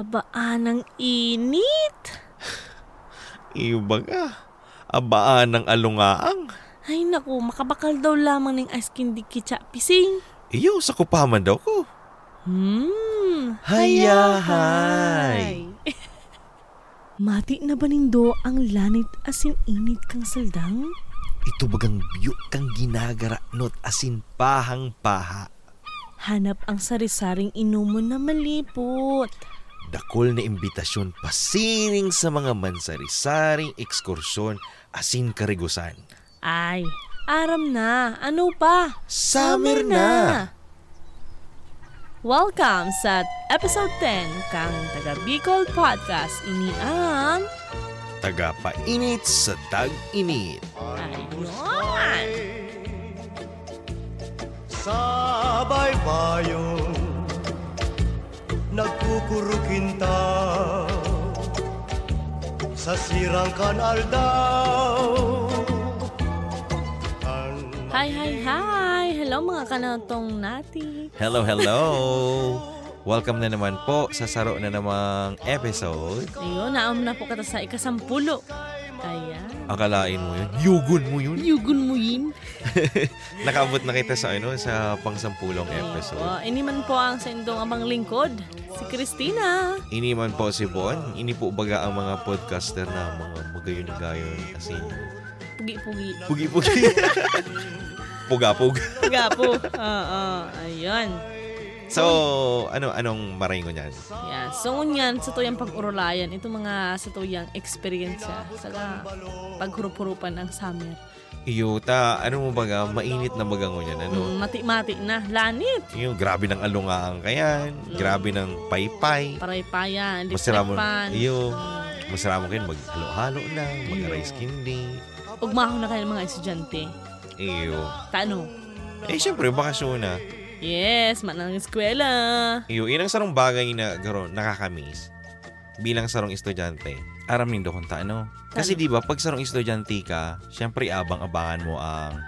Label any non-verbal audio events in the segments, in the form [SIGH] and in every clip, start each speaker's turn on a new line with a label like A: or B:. A: Abaan ng init.
B: Iba ka. Abaan ng alungaang.
A: Ay naku, makabakal daw lamang ng ice cream di kitsa pising.
B: Iyo, sa kupaman daw ko.
A: Hmm.
B: Hayahay!
A: [LAUGHS] Mati na ba nindo ang lanit asin init kang saldang?
B: Ito bagang biyo kang ginagara not asin pahang paha.
A: Hanap ang sari-saring inumo na malipot.
B: Dakol na imbitasyon pasining sa mga mansari-saring ekskursyon asin karigusan.
A: Ay, aram na. Ano pa?
B: Summer na!
A: Welcome sa episode 10 kang Taga Bicol Podcast. Ini ang
B: Tagapainit sa tag-init.
A: Ayun!
C: Sabay bayong nagkukurukinta sa sirang kanal daw. Ang
A: Hi, hi, hi! Hello mga kanatong nati.
B: Hello, hello! Welcome na naman po sa saro na namang episode.
A: Ayun, naam na po kata sa ikasampulo. Ayan.
B: Akalain mo yun? Yugon mo yun?
A: Yugun mo yun?
B: Nakaabot na kita sa ano sa pangsampulong episode.
A: Opo, ini man po ang sa indong amang lingkod, si Christina.
B: Ini man po si Bon, ini po baga ang mga podcaster na mga magayon-gayon kasi
A: Pugi-pugi.
B: pugi-pugi. [LAUGHS] Pugapug. [LAUGHS]
A: Gapo. Oo, ayun.
B: So, ano anong maringo niyan?
A: Yeah. So ngunyan, sa tuyang pag-urulayan, ito mga sa tuyang experience ah, sa la- paghurup-hurupan ng summer.
B: Iyuta, ano mo baga mainit na bagango niyan ano?
A: Mm, Mati-mati na, lanit.
B: Yung grabe ng alungaang kayan, grabe ng paypay.
A: Paray-paya,
B: Masira mo,
A: lipnapan.
B: iyo, masira mo kayo maghalo-halo na, mag-rice candy.
A: Ugmahon na kayo ng mga estudyante.
B: Iyo.
A: Tano.
B: Eh, syempre, bakasyon na.
A: Yes, manang eskwela.
B: Iyo, yun ang sarong bagay na garo, nakakamiss bilang sarong estudyante. Aram nindo kung taano. Kasi
A: Ano?
B: di ba pag sarong estudyante ka, syempre abang-abangan mo ang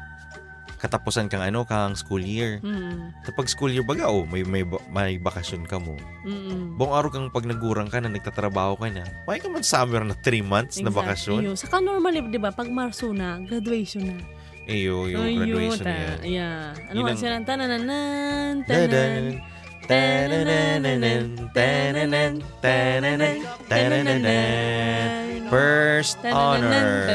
B: katapusan kang ano, kang school year.
A: Mm.
B: Tapos pag school year baga, oh, may, may, ba- may bakasyon ka mo.
A: Mm.
B: Buong araw kang pag nagurang ka na, nagtatrabaho ka na, why ka man summer na 3 months na bakasyon?
A: Yun. Saka normally, di ba, pag Marso na, graduation na.
B: Iyo, yung
A: Ayun,
B: graduation
A: ta-
B: na yan.
A: Yeah. Ano
B: Yun
A: nga
B: ang-
A: sila? Tanananan, tanan.
B: Tanan. Tanananan, tananan, tananan, tanananan. First honor.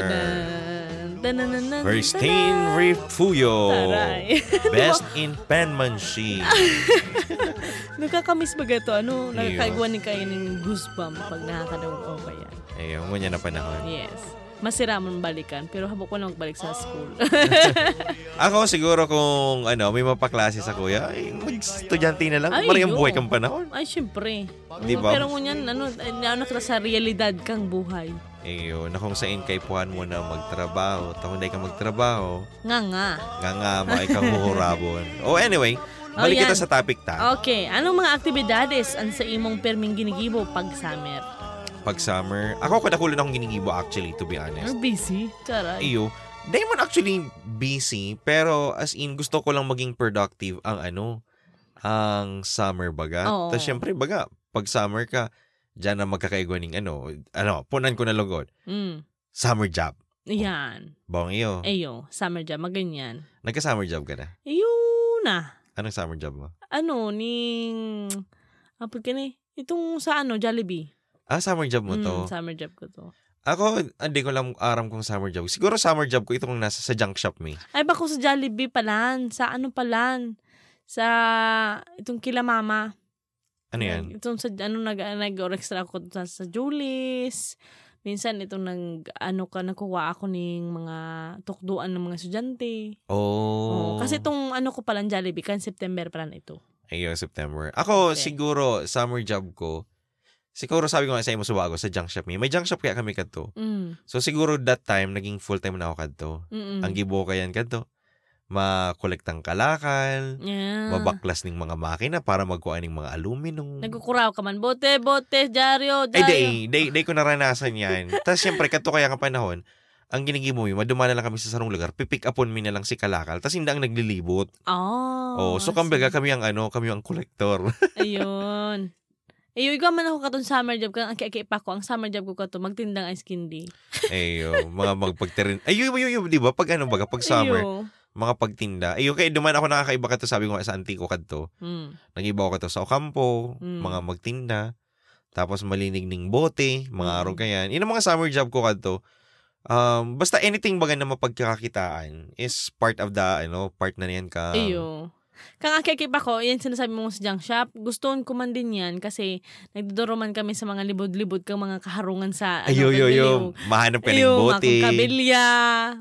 B: Christine Rifuyo.
A: Taray. [LAUGHS]
B: Best in penmanship.
A: Nakakamiss ba gato? Ano?
B: Ayun.
A: Nakakaiguan ni kayo ng goosebump pag nakakadaog ko kaya.
B: Ayun, ganyan na panahon.
A: Yes. Masira mo balikan, pero habok ko na magbalik sa school. [LAUGHS]
B: Ako siguro kung ano, may mapaklase sa kuya, ay, mag-estudyante na lang.
A: Ay,
B: Maraming
A: yun.
B: buhay kang panahon.
A: Ay, syempre.
B: Di ba?
A: Pero ngunyan, ano, ano ka sa realidad kang buhay.
B: Ayun, na kung saan kay puhan mo na magtrabaho, tapos hindi ka magtrabaho,
A: Nga nga.
B: nga nga, makikang
A: [LAUGHS]
B: huhurabon. oh, anyway, balik
A: Oh,
B: kita
A: yan.
B: sa topic ta.
A: Okay, anong mga aktibidades ang sa imong perming ginigibo pag summer?
B: Pag summer, ako kadakulan akong ginigibo actually, to be honest.
A: You're busy. Charay.
B: iyo, di man actually busy, pero as in, gusto ko lang maging productive ang ano, ang summer baga.
A: Oo.
B: Tapos syempre baga, pag summer ka, dyan na magkakaigwa ng ano, ano, punan ko na lugod.
A: Mm.
B: Summer job.
A: Yan.
B: Bong iyo.
A: Ayo, summer job, maganyan.
B: Nagka-summer job ka na.
A: Ayun na.
B: Anong summer job mo?
A: Ano, ning... Apod ka na eh. Itong sa ano, Jollibee.
B: Ah, summer job mo
A: Mm,
B: to.
A: summer job ko to.
B: Ako, hindi ko lang aram kung summer job. Siguro summer job ko itong nasa sa junk shop me.
A: Ay, bako sa Jollibee palan. Sa ano palan. Sa itong kila mama.
B: Ano yan?
A: Itong sa ano, nag, nag-extra ako sa, sa Julis. Minsan itong nag, ano ka, nakuha ako ng mga tukduan ng mga estudyante. Oo,
B: Oh.
A: kasi itong ano ko palan Jollibee, kan September palan ito.
B: Ayun, September. Ako,
A: Okay.
B: siguro, summer job ko, siguro sabi ko nga sa imo subago sa junk shop niya. May junk shop kaya kami kadto.
A: Mm.
B: So, siguro that time, naging full-time na ako kadto.
A: Mm-mm.
B: Ang gibo ko yan kadto. Makolektang kalakal,
A: Yeah.
B: mabaklas ning mga makina para magkuha ning mga aluminum.
A: Nagkukuraw ka man. Bote, bote, dyaryo,
B: Ay, day,
A: dyaryo.
B: day, day ko naranasan yan. Tapos, syempre, kadto kaya ka panahon, ang ginigimo mo, maduma na lang kami sa sarong lugar, pipick upon me na lang si kalakal, tapos hindi ang naglilibot.
A: Oh,
B: Oh, so, kambaga kami ang ano, kami ang kolektor.
A: [LAUGHS] Ayun. Iyo, ikaw man ako katong summer job kang aki-aki pa ko. Ang summer job ko kato, magtindang ice candy.
B: Ayo, mga magpagterin. Ayo, ayo, ayo, di ba? Pag ano baga, pag summer,
A: Iyo.
B: mga pagtinda. Ayo, kay duman ako nakakaiba ka to, sabi ko nga sa auntie ko kadto.
A: Mm.
B: Nagiba ako kadto sa Ocampo,
A: Mm.
B: mga magtinda. Tapos malinig ning bote, mga
A: Mm.
B: araw kayan. Yun ang mga summer job ko kadto. Um, basta anything baga na mapagkakakitaan is part of the, ano, part na niyan ka.
A: Iyo. Kang akikip ako, yan sinasabi mo sa junk shop, gustoon ko man din yan kasi nagdodoroman kami sa mga libod-libod kang mga kaharungan sa ano,
B: Ayo, ayo, ayo.
A: Tagaliw.
B: Mahanap ka ng
A: Iyo, mga
B: bote.
A: kabilya,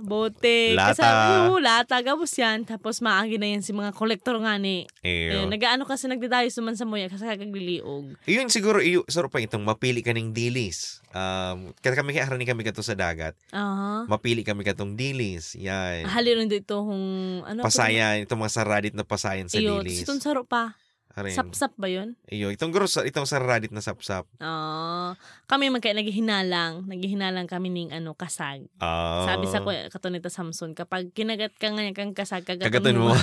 A: bote.
B: Lata.
A: Kasama, iyo, lata, gabos yan. Tapos maagi na yan si mga kolektor nga ni.
B: Ayo.
A: Ayun, Nagaano kasi nagdadayos naman sa muya kasi kagliliog.
B: Yun siguro, iyo, sarap pa itong mapili ka ng dilis. Um, kaya kami, kaya kami kato sa dagat.
A: Aha.
B: Mapili kami katong dilis. Yan.
A: Halin nun Ah. dito kung ano.
B: Pasayan. Itong mga sa Reddit na pasayan sa
A: Iyo, tapos
B: dilis.
A: itong saro pa.
B: Arin.
A: Sapsap ba yun?
B: Iyo. Itong gross, itong sa Reddit na sapsap.
A: Oo. Ah. kami man kaya naghihinalang, naghihinalang kami ning ano, kasag.
B: Ah.
A: Sabi sa ko, kato nito Samson, kapag kinagat ka nga kang kasag, kagatan,
B: Kagatan mo.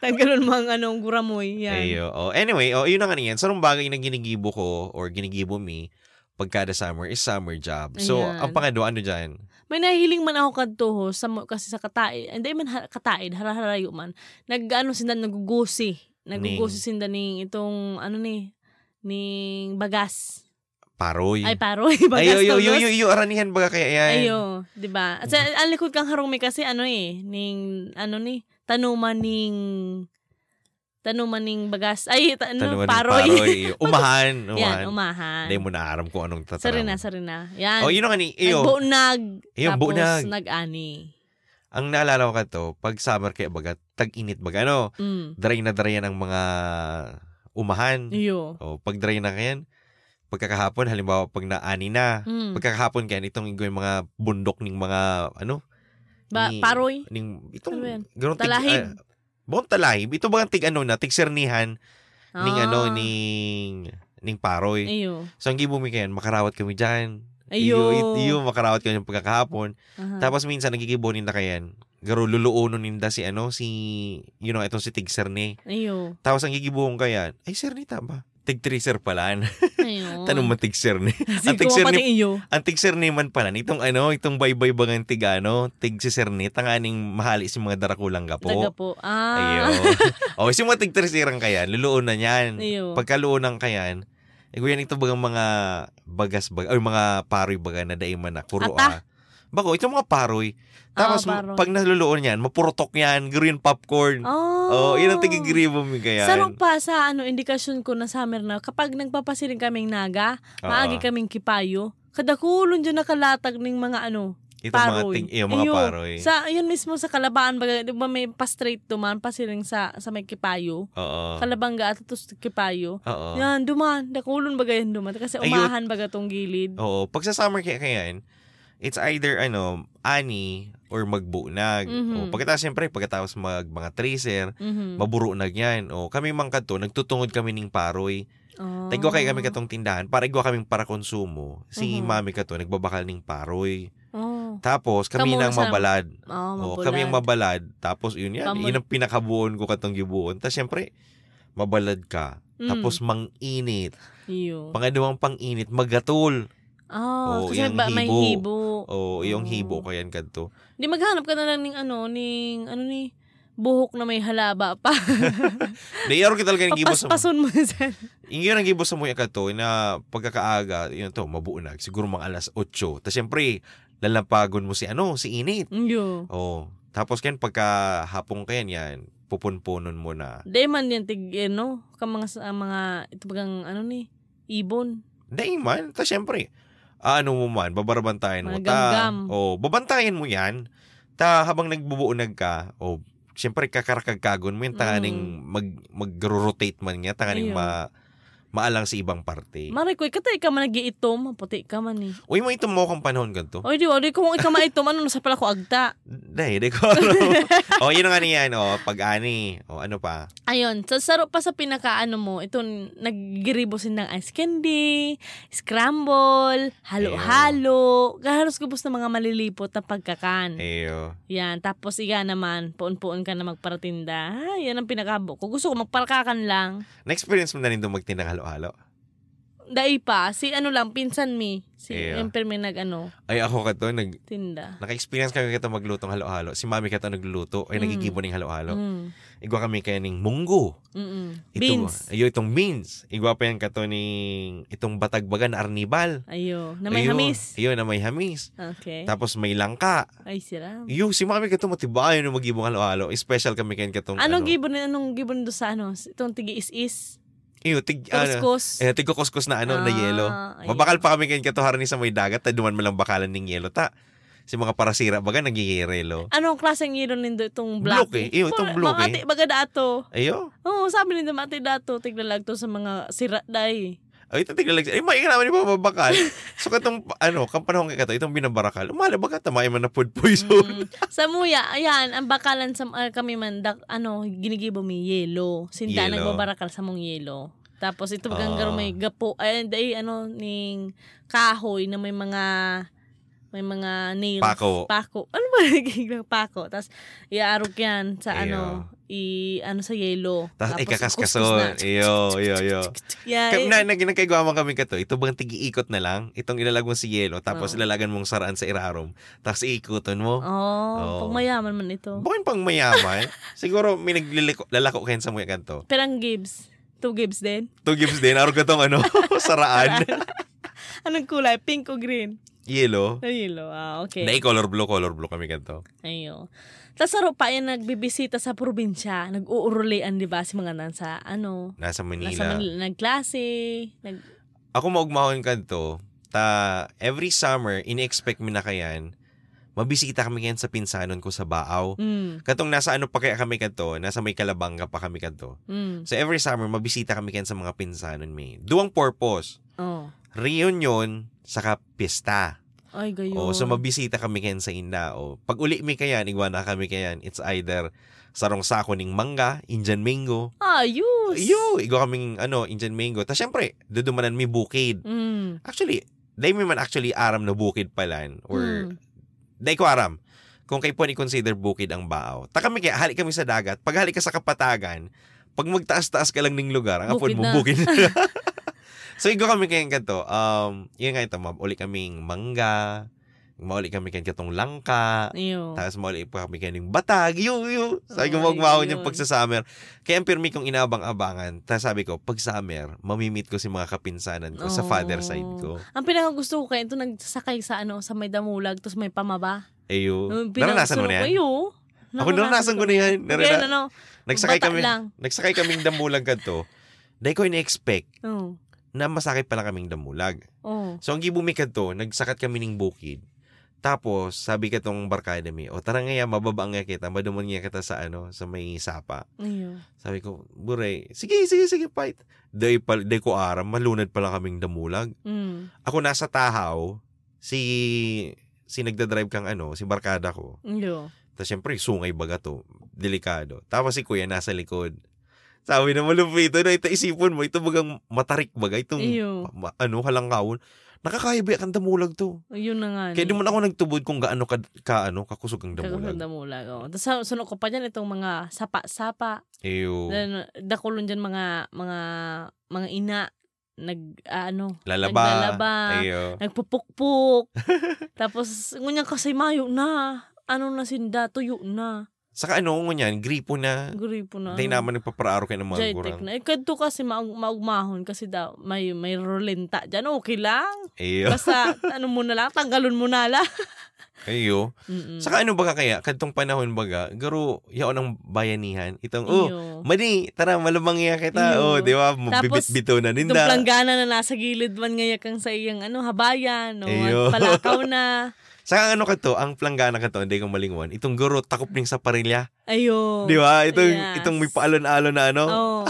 A: Tanggalon mo ano, ang anong guramoy. [LAUGHS]
B: [LAUGHS]
A: Yan.
B: Iyo. Oh. Anyway, oh, yun na nga niyan. Sarong bagay na ginigibo ko or ginigibo me pagkada summer is summer job. So,
A: Ayan.
B: ang pangadwa, ano dyan?
A: May nahiling man ako kadto ho, sa, mo- kasi sa kataid, hindi man ha- kataid, haraharayo man. Nag-ano sinda, nagugusi. Nagugusi sinda ning itong, ano ni, ning bagas.
B: Paroy.
A: Ay, [LAUGHS] paroy, bagas.
B: Ayo, yo, yo,
A: tulos.
B: yo, yo, aranihan baga kaya yan.
A: Ayo, 'di ba? At sa ang likod kang harumi kasi ano eh, ning ano ni, tanuman ning tanuman ning bagas. Ay, ta, ano,
B: Tanungan ng
A: paroy. [LAUGHS]
B: Iyo. Umahan. Umahan.
A: Yan, umahan.
B: Hindi mo na aram kung anong tataram.
A: Sorry na, sorry na. Yan.
B: Oh, yun na nga ni, iyo.
A: Nagbunag.
B: Iyo,
A: tapos
B: bunag.
A: nag-ani.
B: Ang naalala ko ka to, pag summer kaya baga, tag-init baga, ano,
A: Mm.
B: dry na dry yan ang mga umahan.
A: Iyo.
B: O, pag dry na kayan, pagkakahapon, halimbawa, pag naani na,
A: Mm.
B: pagkakahapon kayan, itong igoy mga bundok ning mga, ano,
A: Ba-
B: ni-
A: paroy. Ano
B: ning, itong,
A: ba yan?
B: ganun,
A: Talahib.
B: ah, buong talahib. Ito ba ang tig, ano na, tigsernihan, ning,
A: Ah.
B: ano, ning, ning paroy.
A: Iyo.
B: So, ang gibumi kayan, makarawat kami dyan.
A: Iyo.
B: Iyo, iyo, makarawat kami ng pagkakahapon.
A: Aha.
B: Tapos minsan nagigibonin na kayan. Garo luluunon ninda si ano si you know itong si Tig Serne.
A: Iyo.
B: Tapos ang gigibuhon kayan. Ay Serne tama. Tig Triser pala. [LAUGHS]
A: Iyo.
B: Tanong mo Tig Serne. [LAUGHS]
A: Sige,
B: tig sir ni-
A: pati iyo.
B: ang Tig Serne man pala itong ano itong baybay bangan Tig ano Tig si Serne tanganing mahali si mga darakulang
A: Taga
B: gapo.
A: po. Ah.
B: [LAUGHS] Ayo. oh, si mga Tig Trisirang kayan luluon na niyan.
A: Iyo.
B: Pagkaluonan kayan. Eh, kuya, ito bagang mga bagas, bag, ay, mga paroy baga na daiman na, kuro ah.
A: Ata.
B: Bago, itong mga paroy. Tapos,
A: Ah, paroy.
B: pag naluluon yan, mapurotok yan, green popcorn.
A: Oh.
B: Oh, yun ang tigigribo mo kaya.
A: Sarong pa sa ano indikasyon ko na summer na kapag nagpapasiling kaming naga, maagi kaming kipayo, kadakulon dyan nakalatag ng mga ano,
B: Itong mga,
A: paroy.
B: ting, iyo, mga
A: Iyo,
B: paroy.
A: Sa, yun mismo sa kalabaan, baga, di ba may pa-straight duman, pasiling sa, sa may kipayo,
B: Oo.
A: kalabanga at ito kipayo.
B: Oo.
A: Yan, duman, dakulon baga yan duman. Kasi
B: Oh. Ayun.
A: umahan baga tong gilid.
B: Oo. Pag sa summer kaya kaya it's either ano, ani or magbuunag.
A: Mhm.
B: O, pagkatapos, siyempre, pagkatapos mag mga tracer,
A: Mhm.
B: maburuunag yan. O, kami mga kadto, nagtutungod kami ng paroy.
A: Oh.
B: Tigwa kay kami katong tindahan para igwa kaming para konsumo. Si
A: Mhm.
B: mami ka to, nagbabakal ning paroy.
A: Oh.
B: Tapos kami
A: Kamo
B: nang
A: sa-
B: mabalad.
A: Oh,
B: Oo,
A: mabulag.
B: kami ang mabalad. Tapos yun yan,
A: Kamo-
B: yun ang pinakabuon ko katong gibuon. Tapos syempre, mabalad ka.
A: Mm.
B: Tapos manginit.
A: Iyo.
B: Pangalawang panginit, magatol.
A: Oh,
B: Oo,
A: kasi
B: yung
A: ba, may
B: hibo.
A: hibo.
B: O yung
A: Oo.
B: hibo ko yan kadto.
A: Di maghanap ka na lang ng ano, ning, ano ni, buhok na may halaba
B: [LAUGHS]
A: pa.
B: Dayaro kita talaga ng gibo sa
A: Papaspason mo sa
B: Yun ang gibo sa muya kadto na pagkakaaga, yun to, mabuunag. Siguro mga alas 8. Tapos syempre, lalampagon mo si ano, si init.
A: Yo.
B: Oo. Tapos kan pagka hapong kayan yan, pupunpunon mo na.
A: Di man yan tig, ano, ka mga, sa- mga, ito bagang, ano ni, ibon.
B: Daiman, ta syempre. Ano mo man, babarabantayan mo
A: Mga
B: ta.
A: gamgam.
B: O, babantayan mo yan. Ta habang nagbubuunag ka, o syempre kakarakagkagon mo yan, tanganing mag mag-rotate man niya, tanganing
A: Ayun.
B: ma maalang sa ibang parte.
A: Maray ko, ikatay ka man nagiitom, maputi ka man eh.
B: Uy, mo itong mo kang panahon ganito.
A: O, di, o, di, kung ikaw maitom, ano, nasa pala ko agta.
B: Dahil, di ko alam. o, yun nga niyan, o, pag-ani, o, ano pa.
A: Ayun, sa sarap pa sa pinaka, ano mo, ito, naggiribosin ng ice candy, scramble, halo-halo, kahalos gubos na mga malilipot na pagkakan.
B: Eyo.
A: Yan, tapos iya naman, puon-puon ka na magparatinda. Ah, yan ang pinakabo ko. Gusto ko magparkakan lang.
B: Na-experience mo na rin doon magtinang halo-halo?
A: dai pa, si ano lang, pinsan mi. Si
B: Yeah.
A: Emper may nag ano,
B: Ay, ako kato, nag,
A: tinda.
B: naka-experience kami kato maglutong halo-halo. Si mami kato nagluluto,
A: Mm.
B: ay nagigibon ng halo-halo.
A: Mm,
B: Igwa kami kaya ning munggo.
A: mm,
B: Ito,
A: Beans.
B: Ayo, itong beans. Igwa pa yan kato ning itong batagbagan na arnibal.
A: Ayo. Na may
B: Ayun.
A: hamis. Eh.
B: Ayun, na may hamis.
A: Okay.
B: Tapos may langka.
A: Ay, sira.
B: Yung si mami kato matibayan yung mag-ibong halo-halo. Special kami kayo katong
A: Anong
B: ano.
A: gibon, anong gibon do sa ano? Itong tigi-is-is?
B: Iyo, tig, ano,
A: Kuskus?
B: eh, tigkukuskus na ano,
A: Ah,
B: na yelo.
A: ayun.
B: Mabakal pa kami kayo katuharan ni sa may dagat, taduman mo lang bakalan ng yelo. Ta, si mga parasira, baga nagigirelo.
A: Anong klaseng yelo nindo itong black?
B: Block eh. Iyo, itong block
A: Mga
B: eh.
A: ati, baga dato.
B: Ayo.
A: Oo, sabi nindo mati dato, tiglalag to sa mga sira day.
B: Ay, ito tiglalag siya. Ay, maingin naman yung [LAUGHS] mababakal. so, katong, ano, kampanahon kay kato, itong binabarakal. Umalabag ka, tamayin man na food poison.
A: Mm. sa muya, ayan, ang bakalan sa ah, kami man, dak, ano, ginigibo mi yelo. Sinda
B: Yelo.
A: nagbabarakal sa mong yelo. Tapos ito
B: Ah.
A: bagang garo may gapo, ay, day, ano, ning kahoy na may mga may mga nails.
B: Pako.
A: Pako. Ano ba nagiging pako? Tapos iaarog yan sa ano, i ano sa yelo.
B: Tapos, ay,
A: kuskus
B: kakakaskason. Iyo, iyo, iyo.
A: na. Yeah,
B: Kaya,
A: eh,
B: Eh, na, na, ginagkaigwaman kami kato, ito bang tigiikot na lang? Itong ilalag mo si yelo, tapos
A: Oh.
B: ilalagan mong saraan sa irarom, tapos iikutan mo.
A: Oh,
B: Oo.
A: pag mayaman man ito.
B: Bukan pang [LAUGHS] mayaman. Siguro may nagliliko, lalako kayo sa mga kanto.
A: Perang Gibbs. Two Gibbs din.
B: Two gives din. Araw ka tong ano, [LAUGHS] saraan.
A: Anong kulay? Pink o green?
B: Yellow.
A: Ay, yellow. Ah, okay.
B: Na color blue, color blue kami kanto.
A: Ayo. Tapos sa Rupa, yan nagbibisita sa probinsya. Nag-uurulian, di ba, si mga nansa, ano,
B: Nasa Manila.
A: nasa Manila, nagklase. Nag,
B: Ako maugmahon kanto, ta every summer, ini-expect mi na kayan, mabisita kami kayan sa pinsanon ko sa Baaw.
A: mm,
B: Katong nasa ano pa kaya kami kanto, nasa may Kalabanga pa kami kanto.
A: mm,
B: So every summer, mabisita kami kayan sa mga pinsanon mi. Duwang purpose,
A: oh.
B: reunion, saka pista.
A: Ay, gayo.
B: O, so mabisita kami kayan sa Indao. Pag uli mi kayan, igwana kami kayan. It's either sarong sako ning mangga, Indian mango.
A: Ayos.
B: Iyo, igwa kaming ano, Indian mango. Ta syempre, dudumanan mi bukid.
A: Mm.
B: Actually, dai mi man actually aram na bukid palan
A: Hmm. Mm.
B: or dai ko aram. Kung kay po ni consider bukid ang baaw. Ta kami kaya halik kami sa dagat. Pag halik ka sa kapatagan, pag magtaas-taas ka lang ning lugar, ang apod
A: Bukid
B: mo
A: na.
B: bukid.
A: [LAUGHS]
B: so igwa kami kayan kanto. Um, yun nga ito, ma'am. Uli kaming mangga, mauli kami kayan katong langka.
A: Iyo.
B: Tapos mali pa kami kaning batag, yung, yung. Sabi
A: Oh.
B: ko,
A: Ay,
B: magmahon yung
A: yun.
B: pag sa summer. Kaya ang pirmi kong inabang-abangan. Tapos sabi ko, pag summer, mamimit ko si mga kapinsanan ko sa
A: Oh.
B: father side ko.
A: Ang pinakagusto ko kayo, ito nagsasakay sa ano, sa may damulag, tapos may pamaba.
B: Ayo.
A: Ang
B: Oh. Naranasan
A: pinakagusto
B: mo
A: ko,
B: na yan?
A: Iyo.
B: Ako naranasan ko na yan.
A: Kaya
B: Narana-
A: ano,
B: nagsakay
A: bata
B: kami,
A: lang.
B: nagsakay kaming damulag kanto. Dahil ko in-expect
A: Oo.
B: na masakay pala kaming damulag.
A: Oo.
B: So ang gibumikad to, nagsakat kami ng bukid. Tapos, sabi ka tong barkada mi, o tara nga ya, mababa nga kita, madumon nga kita sa ano, sa may sapa.
A: Iyo.
B: Sabi ko, Buray, sige, sige, sige, fight. Day, pal, day ko aram, malunad pala kaming damulag.
A: Mm.
B: Ako nasa Tahaw, si, si nagdadrive kang ano, si barkada ko.
A: Iyo.
B: Tapos syempre, sungay baga to. Delikado. Tapos si kuya nasa likod. Sabi na malupito na ito, isipon mo, ito bagang matarik baga, itong
A: Iyo.
B: ma- ano, halangkawon. Nakakahibi ang damulag to.
A: Yun na nga. no?
B: Kaya di mo na ako nagtubod kung gaano ka, ka ano, kakusog ang damulag.
A: Kaganda mula. Oh. Tapos sa- sunod ko pa dyan itong mga sapa-sapa.
B: Ew.
A: Then, Dakulon dyan mga, mga, mga ina. Nag, ah, ano,
B: Lalaba.
A: Naglalaba.
B: Ew. [LAUGHS]
A: nagpupukpuk. Tapos, ngunyan kasi mayo na. Ano na sinda, tuyo na.
B: Saka ano, ngunyan, gripo na.
A: Gripo na.
B: Hindi naman nagpapraaro kayo ng mga
A: Jaitek
B: gurang.
A: Ano? na. Eh, kadto kasi maug- maugmahon kasi daw may may rolenta dyan. Okay
B: [LAUGHS]
A: lang. [LAUGHS]
B: Iyo.
A: Basta ano mo na lang, tanggalon mo na lang.
B: Iyo.
A: Mm-mm.
B: Saka ano baga kaya, kadtong panahon baga, garo, yaon ang bayanihan. Itong, oh,
A: Iyo.
B: mani, tara, malamang iya kita.
A: Iyo.
B: Oh, di ba?
A: Mm. Tapos,
B: Bibit-bito na
A: Itong
B: ninda.
A: planggana na nasa gilid man ngayon kang sa iyang ano, habayan o
B: Ayo.
A: palakaw na.
B: [LAUGHS] Saka ano ka to, ang planggana ka to, hindi kong malinguan. Itong garo, takop ning sa parilya.
A: Ayo.
B: Di ba? Itong,
A: Oh, yes.
B: itong may paalon-alon na ano.
A: Oo.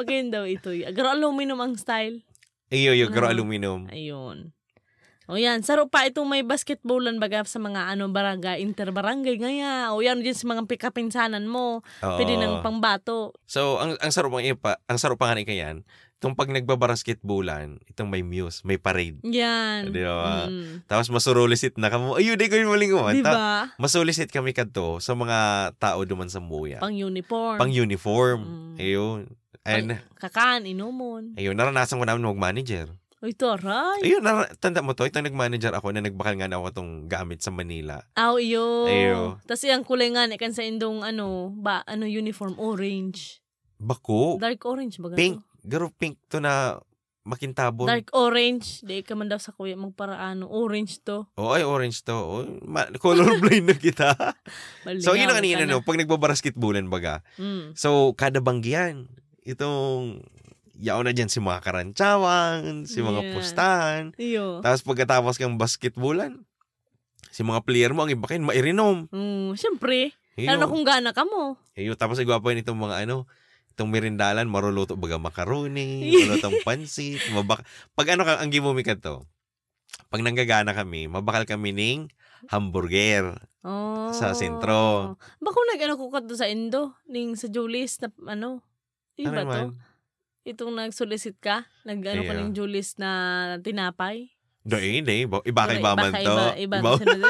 A: Maganda daw ito. eh. Pero aluminum ang style.
B: Iyo, iyo, garo
A: Ah.
B: aluminum.
A: Ayun. O yan, saro pa itong may basketballan baga sa mga ano barangay, interbarangay ngaya. O yan dyan sa mga pikapinsanan mo.
B: Oo.
A: Pwede ng pangbato.
B: So, ang, ang sarap ang ipa, ang sarap ang ikayan, itong pag nagbabasketballan, itong may muse, may parade.
A: Yan.
B: Di ba?
A: Mm.
B: Tapos masurulisit na kamo. Ayun, di ko yung malinguan.
A: Di
B: Ta-
A: ba?
B: masulisit kami kadto sa mga tao duman sa Muya.
A: Pang uniform.
B: Pang uniform.
A: Mm.
B: Ayun. And,
A: Kakan, inumon.
B: ayun, naranasan ko namin mag-manager.
A: Uy, taray.
B: Ayun, nar- tanda mo to, itong nag-manager ako na nagbakal nga na ako itong gamit sa Manila.
A: Aw, iyo.
B: Ayo.
A: Tapos yung kulay nga, ni kan sa indong ano, ba, ano uniform, orange.
B: Bako,
A: Dark orange ba? ganun?
B: Oh. pink, garo pink to na makintabon.
A: Dark orange. Di ka man daw sa kuya magparaano. Orange to.
B: Oo, ay orange to. Oh, ma- colorblind
A: [LAUGHS]
B: na kita. so, yun ang kanina, no? Pag nagbabasketballan baga.
A: Mm.
B: So, kada banggihan, itong yaon na dyan si mga karantsawang, si mga
A: Yeah.
B: pustahan.
A: Iyo.
B: Tapos pagkatapos kang basketballan, si mga player mo, ang iba kayo, mairinom.
A: Mm, syempre.
B: Ayun,
A: Lalo na
B: oh.
A: kung gana ka mo.
B: Ayun, tapos igwapain itong mga ano, itong merindalan, maruluto baga makaroni, marulutong pansit, mabak... Pag ano, ka- ang gimmick ka to, pag nanggagana kami, mabakal kami ning hamburger
A: Oh.
B: sa sentro.
A: Bako nag-ano ko ka doon sa Indo, ning sa Julis na ano. Yung
B: Ano
A: ba to?
B: naman?
A: Itong nag-solicit ka, nag-ano ka
B: Iyo.
A: ning Julis na tinapay. Ano,
B: Dahil, eh, hindi. Iba, iba, iba, man
A: Baka
B: to.
A: Iba,
B: Iba,
A: iba, iba.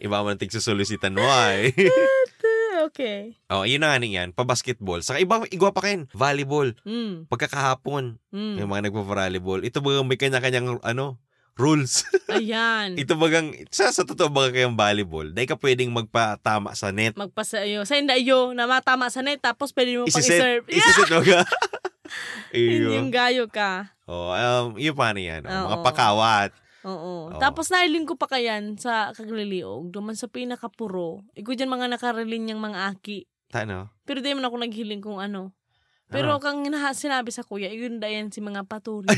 B: iba man tigsusolicitan mo ay.
A: [LAUGHS] okay.
B: oh, yun na nga na yan. Pa-basketball. Saka iba, igwa pa kin. Volleyball.
A: Mm,
B: Pagkakahapon.
A: mm.
B: Yung mga nagpa-volleyball. Ito bagang may kanya-kanyang ano, rules.
A: Ayan.
B: Mm. Ito bagang, sa, sa totoo baga kayong volleyball, dahil ka pwedeng magpatama sa net.
A: Magpasa iyo. Sa Inda iyo, na matama sa net, tapos pwede mo pang
B: Isiset.
A: i-serve. Yeah!
B: Isiset baga.
A: [LAUGHS] Yun yung
B: Iyo.
A: gayo ka.
B: Oh, um, yun paano yan? Oh, mga
A: Oo.
B: pakawat.
A: Oo.
B: Oo.
A: Tapos nailing ko pa kayan sa kagliliog, duman sa pinakapuro. Igo dyan mga nakarelin yung mga aki.
B: Tano?
A: Pero di man ako naghiling kung ano. Pero kang naha- sinabi sa kuya, yun dayan si mga paturi.
B: Ah.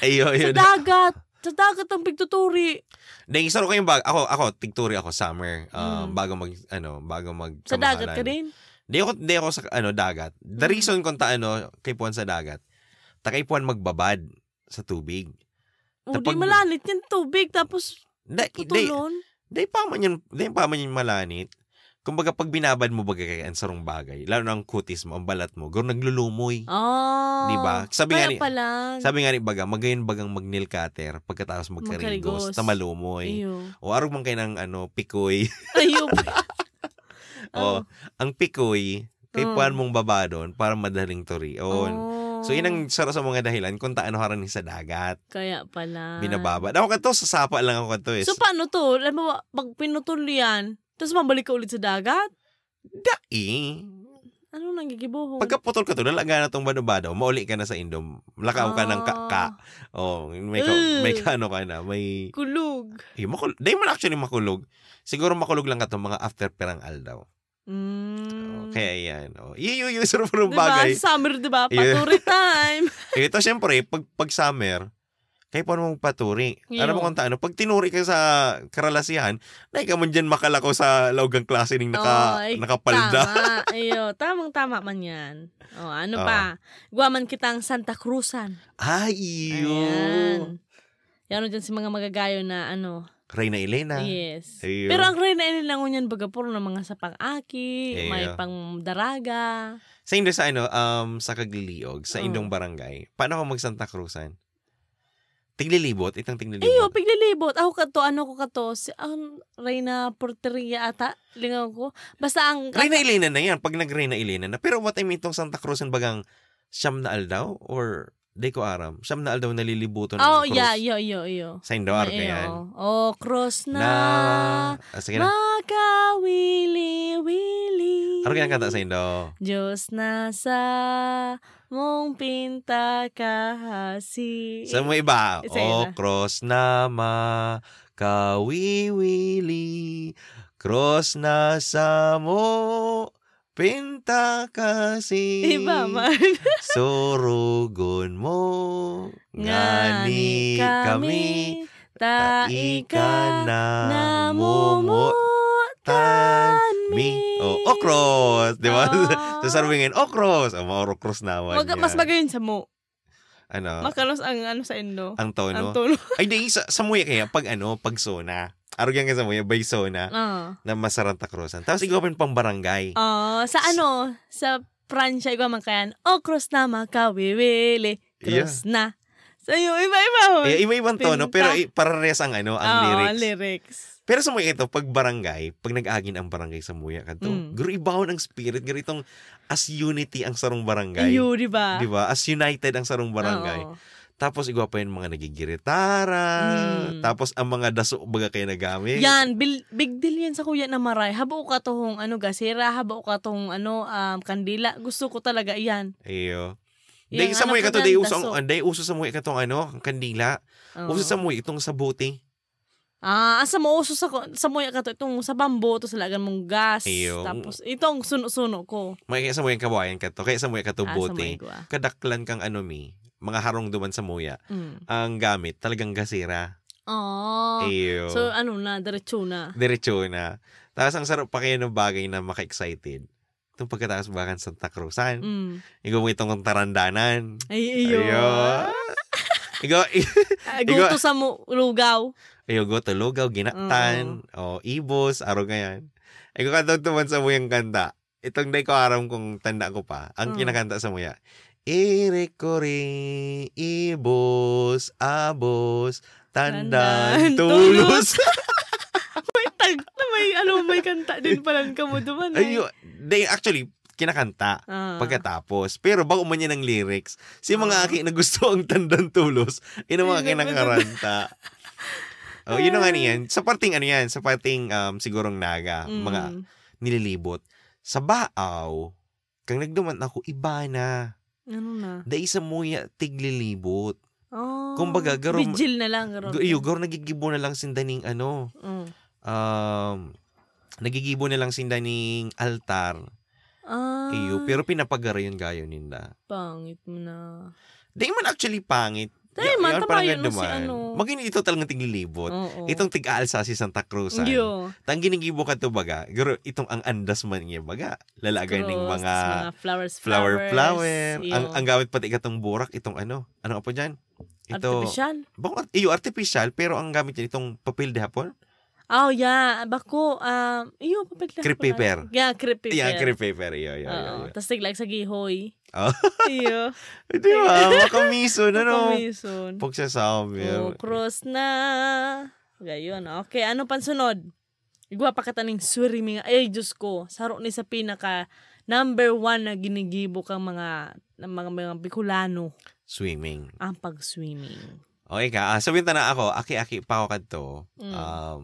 B: Ay! Ayo,
A: sa
B: yun.
A: dagat. Sa dagat ang pigtuturi.
B: Dahil isa ko yung bag. Ako, ako, tigturi ako, summer. Um,
A: Mm.
B: Bago mag, ano, bago mag
A: Sa dagat ka din.
B: Di ako, di ako sa, ano, dagat. The
A: Mm.
B: reason kung ta, ano, kaypuan sa dagat, takaypuan magbabad sa tubig.
A: O, di
B: Tapag-
A: malanit yung tubig. Tapos
B: Day, day,
A: putulon.
B: day pa man yun, day pa man yun malanit. Kumbaga, pag binabad mo baga kay ang sarong bagay, lalo na ang kutis mo, ang balat mo, gawin naglulumoy.
A: Oh.
B: Di ba? Sabi nga
A: Kaya
B: ni-
A: pala.
B: Sabi nga ni baga, magayon bagang mag-nail cutter pagkatapos magkarigos,
A: Magkarigos.
B: tamalumoy.
A: Iyo.
B: O arog man kayo ng ano, pikoy. [LAUGHS]
A: Ayo. [LAUGHS]
B: Oh, ang pikoy, kay
A: Mm.
B: puan mong baba doon para madaling turion.
A: Oh.
B: So, yun ang sarap sa mga dahilan kung taano harang sa dagat,
A: Kaya pala.
B: binababa. Ako kanto, sasapa lang ako kanto. Eh.
A: So, paano to? Alam mo, pag pinutol yan, tapos mabalik ka ulit sa dagat?
B: Dai!
A: Ano nangigibohong?
B: Pagkaputol ka to, lalaga na tong banubado, mauli ka na sa indom. Lakaw ka ng
A: Ah,
B: kaka. Oh, may, ka,
A: Ugh.
B: may ka, ano ka na. May,
A: Kulog.
B: eh, makul- di man actually makulog. Siguro makulog lang ka to, mga after perangal daw.
A: Mm.
B: Oh, kaya yan. Oh. Iyo, iyo, sarap ng
A: Diba?
B: bagay.
A: Summer, diba?
B: Yeah. [LAUGHS]
A: Paturi time.
B: Eh, ito syempre, pag, pag summer, kaya paano mong paturi?
A: Yun.
B: Alam mo kung taano, pag tinuri ka sa karalasihan, na ka man dyan makalakaw sa laugang klase ng naka,
A: Oy,
B: nakapalda.
A: Tama. Ayo, tamang tama man yan. O, ano
B: Oo.
A: pa? Guwaman kitang Santa Cruzan.
B: Ay, iyo.
A: Ayan. Yan ano dyan si mga magagayo na ano.
B: Reyna Elena.
A: Yes.
B: Ayo.
A: Pero ang reyna nilang ngunyan baga puro na mga sa pang-aki, may
B: Ayo.
A: pang daraga.
B: Sa indo sa ano, um, sa Kagliliog, sa
A: Oo.
B: Indong Barangay, paano ako mag Santa Cruzan? Tiglilibot, itang tiglilibot.
A: Ayo, piglilibot. Ako ka to, ano ko ka to, si, ang Reyna Porteria ata, lingaw ko. Basta ang,
B: Reyna Elena na yan, pag nag-Reyna Elena na. Pero what I mean, itong Santa Cruzan bagang siyam na aldaw or di ko aram, siyam na aldaw nalilibuto ng
A: oh,
B: krus.
A: yeah, yo, yo, yo.
B: Sa
A: Ayo.
B: Indor, ganyan.
A: Oh, cross na.
B: Ah, sige na.
A: Makawili, wili.
B: Ano kinakanta sa Indo?
A: Diyos nasa mong pinta kahasi.
B: Sa mga iba,
A: Isa yun
B: O
A: na.
B: cross na ma kawiwili, cross na sa mo, pinta kasi,
A: Iba [LAUGHS] man.
B: surugon mo, ngani kami,
A: tai
B: taika
A: ka
B: na
A: na
B: mumu.
A: mumutan
B: Mi. O, oh, okros. Di
A: Ah.
B: ba? [LAUGHS] sa sarwingin, okros. O, oh, okros naman.
A: Wag,
B: yan.
A: mas bagay yun sa mo.
B: Ano?
A: Makalos ang ano sa Indo.
B: Ang tono.
A: Ang tulo.
B: Ay, di, sa, sa muya kaya, pag ano, pag sona. Arugyan ka sa muya, by sona,
A: Ah.
B: na masaranta cruzan. Tapos ikaw pa yung pang barangay.
A: Oh, sa ano, sa Pransya, ikaw man kayan, oh, cross na makawiwili, cross na. Sa iyo, iba-iba. ho.
B: Eh, iba-ibang tono,
A: Pinta.
B: pero eh, parehas ang ano, ang
A: Oo,
B: lyrics.
A: lyrics.
B: Pero sa mga ito, pag barangay, pag nag-agin ang barangay sa Muya, kanto,
A: Mm.
B: guribawon ang spirit, ganitong as unity ang sarong barangay.
A: Iyo, di ba?
B: Di ba? As united ang sarong barangay.
A: Oo.
B: Tapos igwa pa yung mga nagigiritara,
A: Mm.
B: tapos ang mga daso baga kayo nagamit.
A: Yan, bil- big deal yan sa kuya na maray. Habo ka tohong ano gasira, habo ka tohong ano um, kandila. Gusto ko talaga yan.
B: Iyo.
A: Yang
B: Dahil sa
A: ano po
B: mga ito,
A: dyan,
B: dahil uso,
A: daso.
B: ang- dahil uso sa mga itong ano, ang kandila.
A: Oo.
B: Uso sa mga itong sabuti.
A: Ah, asa mo uso sa ko- sa moya ka to itong sa bambo to salagan mong gas.
B: Iyo.
A: Tapos itong suno-suno ko.
B: May kaya sa mga kawayan ka to, kaya
A: Ah, sa
B: sa mga
A: moya
B: katubuti.
A: ko, ah.
B: Kadaklan kang ano mi, mga harong duman sa muya.
A: Mm.
B: Ang gamit, talagang gasira.
A: Oh.
B: Iyo.
A: So ano na, diretso na.
B: Diretso na. Tapos ang sarap pa kaya ng bagay na maka-excited. Itong pagkataas bakan Santa Cruzan.
A: Mm.
B: Ikaw mo itong tarandanan.
A: Ay, iyo.
B: Iyo. Ikaw,
A: Ay,
B: Ikaw-
A: gusto sa mo, lugaw.
B: Ayaw go to Lugaw, Ginaktan,
A: Mm.
B: o Ibos, araw ngayon. Ay ko kanta tuman sa muyang kanta. Itong day ko aram kung tanda ko pa. Ang
A: Mm.
B: kinakanta sa muya. Irikori, ibos, abos,
A: Tandan,
B: tandan, tulos.
A: May tag na may, ano, may kanta din pala ka mo duman. eh.
B: [LAUGHS] Ayun, they actually, kinakanta
A: Ah.
B: pagkatapos. Pero bago man niya ng lyrics, si
A: Ah.
B: mga aki na gusto ang tandan tulos, yun ang mga
A: Yun ang [LAUGHS]
B: kinakaranta. oh, yun ang ano yan. Sa parting ano yan, sa parting um, sigurong naga,
A: Mm.
B: mga nililibot. Sa baaw, kang nagduman ako, iba na.
A: Ano na?
B: Dahil sa muya, tiglilibot.
A: Oh.
B: Kumbaga, garo-
A: Vigil na lang. Garo.
B: Gu- Iyo, gawin nagigibo na lang sindaning ano,
A: Mm.
B: um, nagigibo na lang sindaning altar.
A: Ah.
B: Iyo, pero pinapagara yun gayo ninda.
A: Pangit mo na.
B: Di man actually pangit.
A: Di
B: Ya-
A: man,
B: yan
A: tama
B: parang
A: yun,
B: ganda
A: no, si
B: man.
A: ano.
B: Maging ito talagang tiglilibot.
A: Oo. oh.
B: Itong tig-aalsa si Santa Cruz. ah.
A: Iyo.
B: Tang ginigibo ka to baga. Guro, itong ang andas man niya baga. Lalagay ning
A: Cross,
B: mga
A: tas flowers,
B: flower
A: flowers.
B: flower.
A: Iyo.
B: Ang, ang gamit pati katong burak itong ano. Ano po diyan? Ito.
A: Artificial.
B: Bakong art- iyo artificial pero ang gamit niya itong papel de hapon.
A: Oh, yeah. Bako, um, iyo, papel na.
B: Crepe
A: pala.
B: paper.
A: Yeah, crepe paper.
B: Yeah, crepe paper. Iyo, iyo, iyo.
A: Oo.
B: iyo.
A: Tapos tiglag sa gihoy.
B: Oh. [LAUGHS] Ano?
A: iyo.
B: Eh, Di ba? Makamiso na no.
A: Kapamison.
B: Pagsasabi.
A: Oh, cross na. Gayon. Okay, ano pansunod? Igwa pa kataning swimming. Ay, Diyos ko. Saro ni sa pinaka number one na ginigibo kang mga ng mga mga Bicolano
B: Swimming.
A: ang pag-swimming.
B: Okay ka. Ah, sabihin ta na ako, aki-aki pa ako kadto.
A: Mm.
B: Um,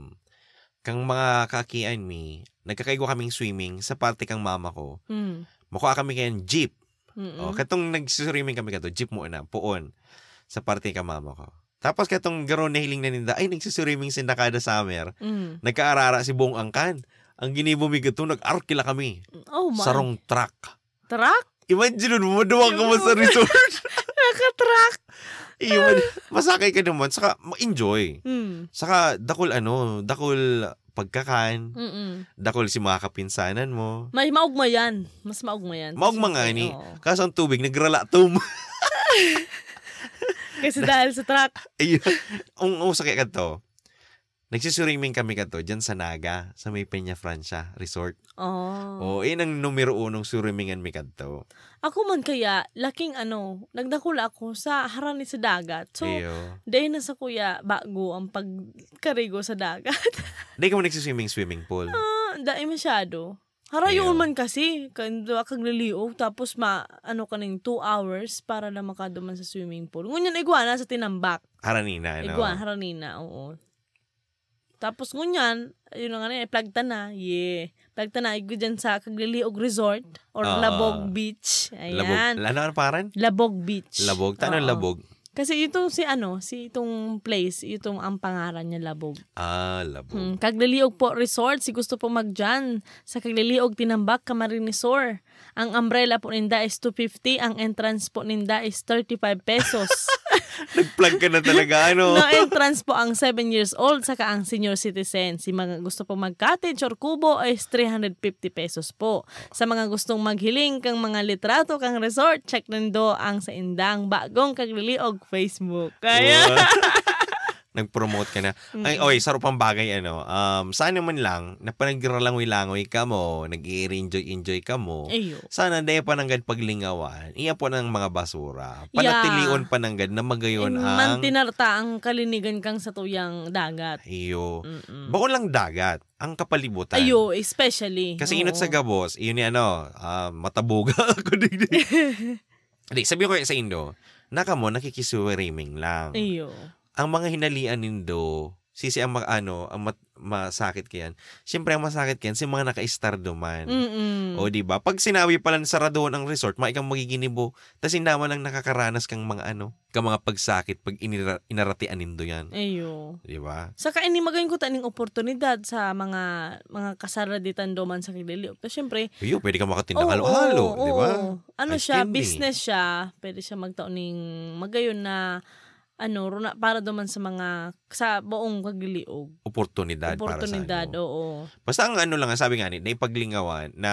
B: kang mga kakian mi, nagkakaigo kaming swimming sa parte kang mama ko.
A: Mm.
B: Makuha kami kayang jeep.
A: Mm-mm.
B: Oh, katong nag-swimming kami kadto, jeep mo na, puon. Sa parte kang mama ko. Tapos katong garo na hiling na ninda, ay nagsiswimming si Nakada Summer.
A: Mm.
B: Nagkaarara si buong angkan. Ang ginibumig ito, nag-arkila kami.
A: Oh, man.
B: Sarong truck.
A: Truck?
B: Imagine nun, maduwag ka mo
A: [LAUGHS]
B: sa resort.
A: Naka-truck.
B: Iyon, masakay ka naman, saka ma-enjoy.
A: Mm.
B: Saka dakol ano, dakol pagkakan,
A: Mm-mm.
B: dakol si mga kapinsanan mo.
A: May maugma yan. Mas maugma yan.
B: Maugma
A: Kasi-
B: nga ni,
A: Oo.
B: kaso ang tubig nagrala tum.
A: Kasi dahil sa truck.
B: [LAUGHS] Ayun. Ang usakay ka to. Nagsisuriming kami ka to, dyan sa Naga, sa may Peña Francia Resort.
A: Oh.
B: O, oh, yun ang numero unong surimingan mi ka to.
A: Ako man kaya, laking ano, nagdakula ako sa harani sa dagat. So,
B: Iyo.
A: Dahil na sa kuya, bago ang pagkarigo sa dagat. [LAUGHS]
B: Dahil ka mo nagsiswimming swimming pool.
A: Ah, Dahil masyado. Harayoon
B: Ayaw.
A: man kasi, kanda kagliliog, tapos ma, ano ka ng two hours para na makaduman sa swimming pool. Ngunyan, iguana sa tinambak.
B: Haranina, ano?
A: Iguana, haranina, oo. Tapos ngunyan, yun na nga na, eh, plagta na, yeah. Plagta na, igo dyan sa kagliliog resort or
B: Ah.
A: Labog Beach. Ayan.
B: Labog. Ano ang paran?
A: Labog Beach.
B: Labog. Tanong
A: Oo.
B: labog.
A: Kasi itong si ano, si itong place, itong ang pangalan niya, Labog.
B: Ah, labog.
A: Hmm, Kagliliog po resort si gusto po magjan sa Kagliliog Tinambak Camarinesor. Ang umbrella po ninda is 250, ang entrance po ninda is 35 pesos.
B: [LAUGHS] Nag-plug ka na
A: [LAUGHS]
B: talaga, ano?
A: no entrance po ang 7 years old saka ang senior citizen. Si mga gusto po mag-cottage or kubo is 350 pesos po. Sa mga gustong maghiling kang mga litrato kang resort, [LAUGHS] check nindo ang sa indang bagong Kagliliog Facebook. Kaya
B: Wow. nag-promote ka na.
A: Hmm.
B: Ay, oy, sarap ang bagay, ano. Um, sana man lang, na panagralangoy-langoy ka mo, nag enjoy enjoy ka mo.
A: Ayo.
B: Sana dahil pananggad paglingawan, iya po ng mga basura.
A: Yeah.
B: Panatilion pananggad na magayon ang...
A: Mantinarta ang kalinigan kang sa tuyang dagat.
B: Iyo.
A: Mm-mm.
B: Baon lang dagat, ang kapalibutan.
A: Ayo, especially.
B: Kasi
A: Oo.
B: inot sa gabos, yun yung ano, ah, matabuga [LAUGHS] ako din. eh.
A: [LAUGHS]
B: Hindi, sabi ko sa Indo, naka mo, nakikisuwariming lang.
A: Ayo.
B: Ang mga hinalian nindo, sisi ang mga ano, ang mat- masakit kayan. Siyempre, ang masakit kayan, si mga naka-star
A: Mm.
B: duman.
A: Mm-mm.
B: O, di ba? Pag sinawi pala ng saradoon ang resort, maikang magiginibo. Tapos naman ang nakakaranas kang mga ano, kang mga pagsakit pag inira- inaratian nindo yan.
A: Ayo.
B: Di ba?
A: Saka ini magayon ko taning oportunidad sa mga mga kasaraditan doman sa kilili. Pero syempre,
B: Iyo, pwede ka makatinda
A: oo,
B: halo-halo,
A: oo,
B: di ba?
A: oo. Ano
B: Ay,
A: siya,
B: tindi.
A: business siya. Pwede siya magtaon ng magayon na ano, runa- para doman sa mga sa buong kagiliog.
B: Oportunidad, para sa
A: Oportunidad,
B: ano.
A: oo.
B: Basta ang ano lang, ang sabi nga ni, na ipaglingawan na,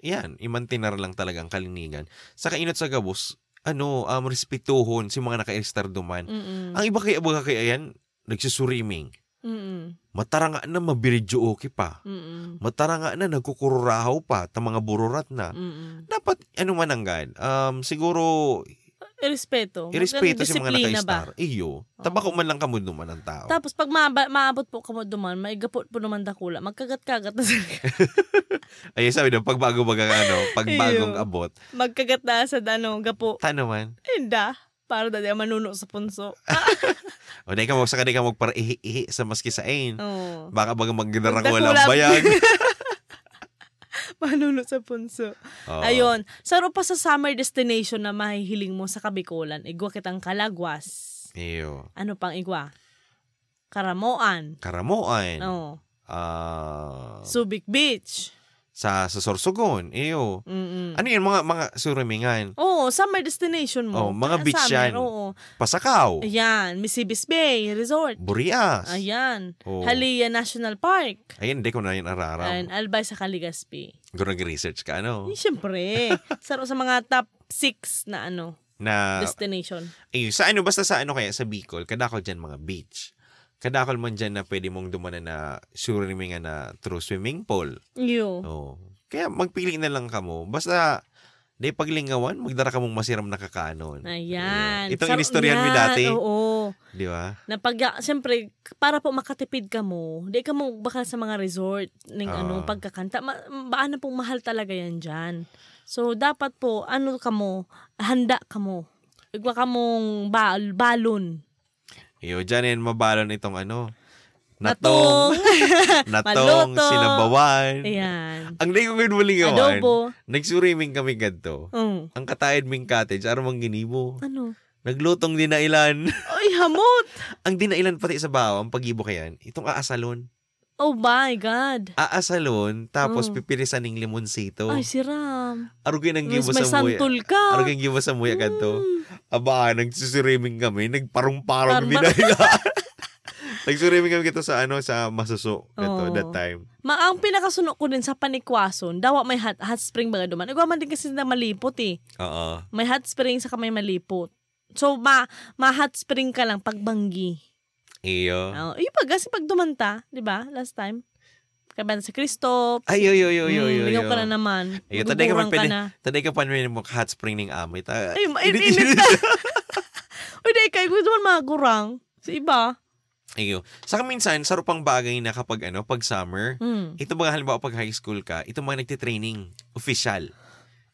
B: yan, imantinar lang talaga ang kalinigan. Sa kainot sa gabos, ano, um, respetuhon si mga naka-estar duman.
A: Mm-mm.
B: Ang iba kaya, baga kaya yan, nagsusuriming.
A: Mm-mm.
B: Mataranga na mabiridyo okay pa.
A: Mm-mm.
B: Mataranga na nagkukururahaw pa ta mga bururat na.
A: Mm-mm.
B: Dapat, ano man ang gan, um, siguro,
A: Irespeto.
B: irespeto si
A: Oh,
B: mga
A: Disiplina ba? Oh.
B: naka-estar. Iyo. Tabako man lang kamod naman ang tao.
A: Tapos pag maaba- maabot po kamo duman, maigapot po naman dakula, magkagat-kagat na sa-
B: Ay, sabi na, pagbago baga,
A: [LAUGHS]
B: ano, pagbagong
A: Iyo.
B: abot.
A: [LAUGHS] magkagat na sa ano, gapo.
B: Tanaman.
A: Inda, para dali ang manuno sa punso.
B: O di ka mo sa kanila magpara ihi sa maski sa
A: Oh.
B: ain.
A: Oo.
B: [LAUGHS] Baka baga magdarang
A: Magdakulab.
B: walang bayag.
A: [LAUGHS] manuno sa punso.
B: Oo.
A: Ayun. Saro pa sa summer destination na mahihiling mo sa Kabikulan, igwa kitang Kalagwas.
B: Iyo.
A: Ano pang igwa? Karamoan.
B: Karamuan.
A: Oo.
B: Ah,
A: Subic Beach.
B: sa sa Sorsogon. Iyo.
A: Mm-mm.
B: Ano yun? Mga, mga surimingan.
A: Oo, summer destination mo.
B: Oh, mga
A: Ah,
B: beach
A: summer,
B: yan.
A: Oo.
B: Pasakaw.
A: Ayan, Misibis Bay Resort.
B: Burias.
A: Ayan.
B: Oo.
A: Halia National Park.
B: Ayun, di ko na yun araram.
A: And Albay sa Caligaspi.
B: Kung nag-research ka, ano?
A: Eh,
B: [LAUGHS]
A: Siyempre. Saro sa mga top 6 na ano,
B: Na,
A: destination.
B: ayun, sa ano, basta sa ano kaya, sa Bicol, kadakol dyan mga beach. Kadakol man dyan na pwede mong dumanan na surimingan na through swimming pool.
A: Yo.
B: Oo. Kaya magpili na lang kamo. Basta, di paglingawan, magdara ka mong masiram na kakaanon.
A: Ayan.
B: Itong
A: Saro-
B: Oh. inistoryahan mo
A: Yan,
B: dati.
A: Oo.
B: Di ba?
A: Na pag, siyempre, para po makatipid ka mo, di ka mo bakal sa mga resort ng
B: Oo.
A: ano, pagkakanta. Ma, baan na pong mahal talaga yan dyan. So, dapat po, ano ka mo, handa ka mo. Igwa ka mong bal- balon.
B: Iyo, dyan yan mabalon itong ano.
A: Natong.
B: Natong. [LAUGHS] natong,
A: Maluto.
B: sinabawan.
A: Ayan.
B: Ang day ko ngayon malingawan.
A: Adobo.
B: Nagsuriming kami ganito.
A: Mm.
B: Ang katayad ming cottage, araw mang ginibo.
A: Ano?
B: Naglutong dinailan.
A: Ay, hamot!
B: [LAUGHS] ang dinailan pati sa baho, ang pag-ibo kayan, itong aasalon.
A: Oh my God.
B: Aasalon,
A: Oh.
B: tapos pipirisan ng limonsito.
A: Ay, siram.
B: Arugin ang
A: Mas
B: gibo
A: may Mm.
B: sa Ano muya.
A: santol ka.
B: Arugin ang gibo sa muya kanto. Aba, nagsisiriming kami, nagparong-parong
A: Parang-
B: binayla.
A: [LAUGHS]
B: nagsisiriming kami kito sa ano, sa masuso kato
A: Oo.
B: that time.
A: Ma, ang pinakasunok ko din sa panikwason, dawa may hot, hot spring ba duman. Ikaw man din kasi na malipot eh.
B: Oo.
A: May hot spring sa kamay malipot. So, ma, ma hot spring ka lang pag banggi.
B: Iyo.
A: Oh, yung pag, kasi pag dumanta, di ba, last time? Kabanda sa Kristo.
B: Ay, yo, yo, yo, yo,
A: Mm,
B: yo.
A: ligaw
B: yo.
A: ka na naman.
B: Ay, taday ka
A: Gugurang
B: magpili-
A: na.
B: Tanay ka pa naman yung hot spring ng amoy. Ta-
A: Ay, ma- init, init ka. [LAUGHS] Uy, dahil kayo, gusto man mga gurang. Sa iba.
B: Iyo. Saka minsan, sarupang bagay na kapag ano, pag summer,
A: Mm.
B: ito mga halimbawa pag high school ka, ito mga nagtitraining, official.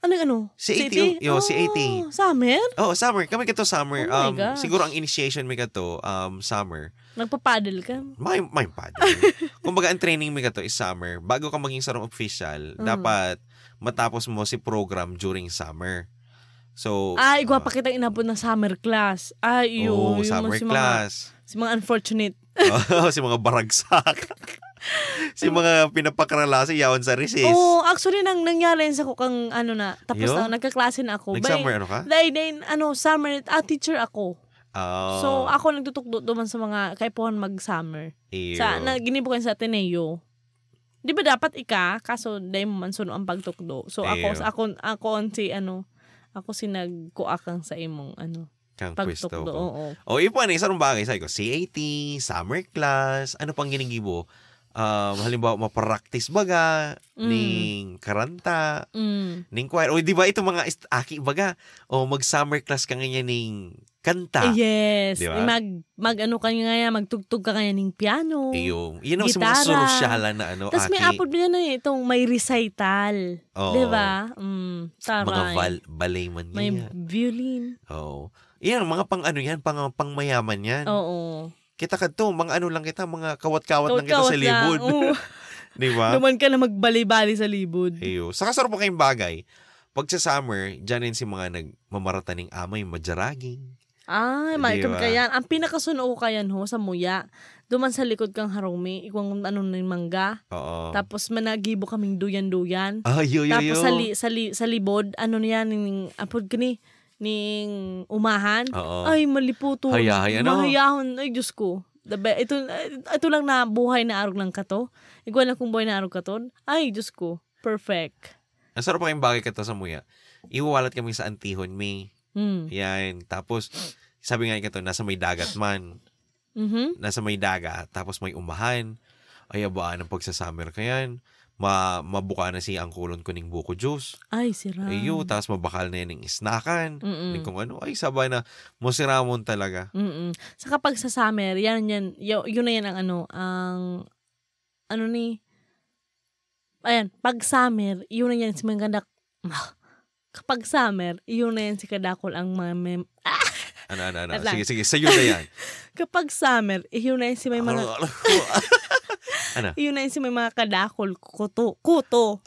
A: Ano, ano?
B: Si
A: Sa
B: 80,
A: iti?
B: yo, si
A: Ah,
B: 80.
A: Summer?
B: Oh, summer. Kami kato summer.
A: Oh my
B: um,
A: gosh.
B: siguro ang initiation may kato, um, summer.
A: Nagpapaddle ka?
B: May, may
A: [LAUGHS]
B: paddle. Kung baga, ang training mo ka to is summer. Bago ka maging sarong official,
A: Mm.
B: dapat matapos mo si program during summer. So,
A: Ay, igwa
B: ah,
A: pa kitang inabot ng summer class. Ay, yun.
B: oo,
A: yun,
B: Oh, summer
A: si [LAUGHS]
B: class.
A: Mga, si mga unfortunate.
B: Oo, [LAUGHS] si mga baragsak. [LAUGHS] si mga pinapakaralasi yawan sa recess.
A: Oo, oh, actually, nang nangyari yun sa kukang, ano na, tapos
B: Yo?
A: na, nagkaklase na ako.
B: Nag-summer ano ka?
A: Dahil, dahil, ano, summer, ah, teacher ako.
B: Oh,
A: So, ako nagtutukdo duman sa mga kaipuhan mag-summer.
B: ew.
A: Sa, na, ginibo ko yun sa Ateneo. Di ba dapat ika? Kaso, dahil mo man suno ang pagtukdo. So, ako,
B: Ew.
A: ako, ako, ang si, ano, ako si nagkuakang sa imong, ano,
B: Kang pwesto
A: Pagtukdo,
B: ko.
A: oo.
B: O ipo ano, isa nung bagay, sabi ko, CAT, summer class, ano pang ginigibo? Um, halimbawa, mapractice baga,
A: Mm.
B: ning karanta,
A: Mm.
B: ning choir. O di ba ito mga ist- aki baga, o mag-summer class ka ngayon ning kanta.
A: Eh, Yes.
B: Di ba?
A: Mag, mag ano ka nga yan, magtugtog ka kaya ng piano.
B: Iyo, yun ang sa mga
A: Gitara.
B: surusyalan na ano,
A: Tapos
B: aki.
A: may apod mo na eh, itong may recital.
B: Oo.
A: Di ba? Mm, taray.
B: Mga val- balayman
A: May
B: niya.
A: violin.
B: Oo. Yan, mga pang ano yan, pang, pang mayaman yan.
A: Oh. Oo.
B: Kita ka to, mga ano lang kita, mga kawat-kawat, lang kita
A: Kawat-kawat
B: sa
A: lang.
B: libod. [LAUGHS]
A: Oo.
B: Di ba?
A: Duman ka na magbali-bali sa libod.
B: Eyo. Sa kasarap kayong bagay, pag sa summer, dyan yun si mga nagmamarata ng amay, majaraging.
A: Ay, maikot
B: Di ba?
A: ka yan. Ang pinakasuno ko kayan ho sa muya. Duman sa likod kang harumi, ikwang ano ng mangga.
B: Oo.
A: Tapos managibo kaming duyan-duyan.
B: Ay, yo, yo,
A: Tapos
B: yo.
A: sa, li- sa, li- sa libod, ano niya, ning, apod ka ni, ning umahan.
B: Oo.
A: Ay, maliputo.
B: Oh. Hayahay, ano?
A: Mahayahon. Ay, Diyos ko. The be- ito, ito lang na buhay na arog ng kato. Igual na kung buhay na arog kato. Ay, Diyos ko. Perfect.
B: Ang sarap kayong bagay ka to sa muya. Iwawalat kami sa Antihon, May.
A: Mm.
B: Yan. Tapos, sabi nga ka to, nasa may dagat man.
A: Mhm.
B: Nasa may dagat, tapos may umahan. Ay, abaan ang pagsasummer ka yan. Ma mabuka na si angkulon ko ng buko juice.
A: Ay, sira.
B: Ayo, tapos mabakal na yan ng isnakan.
A: Mm-mm.
B: Ng kung ano. Ay, sabay na. Mosiramon talaga.
A: Mm-mm. Sa kapag sa summer, yan, yan, yo- yun na yan ang ano, ang, ano ni, ayan, pag summer, yun na yan si Mangandak, [LAUGHS] kapag summer, yun na yan si Kadakol ang mga mem- Ah!
B: Ano, ano, ano.
A: Wait lang.
B: Sige, sige. Sa'yo na yan.
A: Kapag summer, yun na yan si [LAUGHS] may
B: [LAUGHS]
A: mga,
B: Ano?
A: yun na yan si may mga Kadakol, kuto, kuto.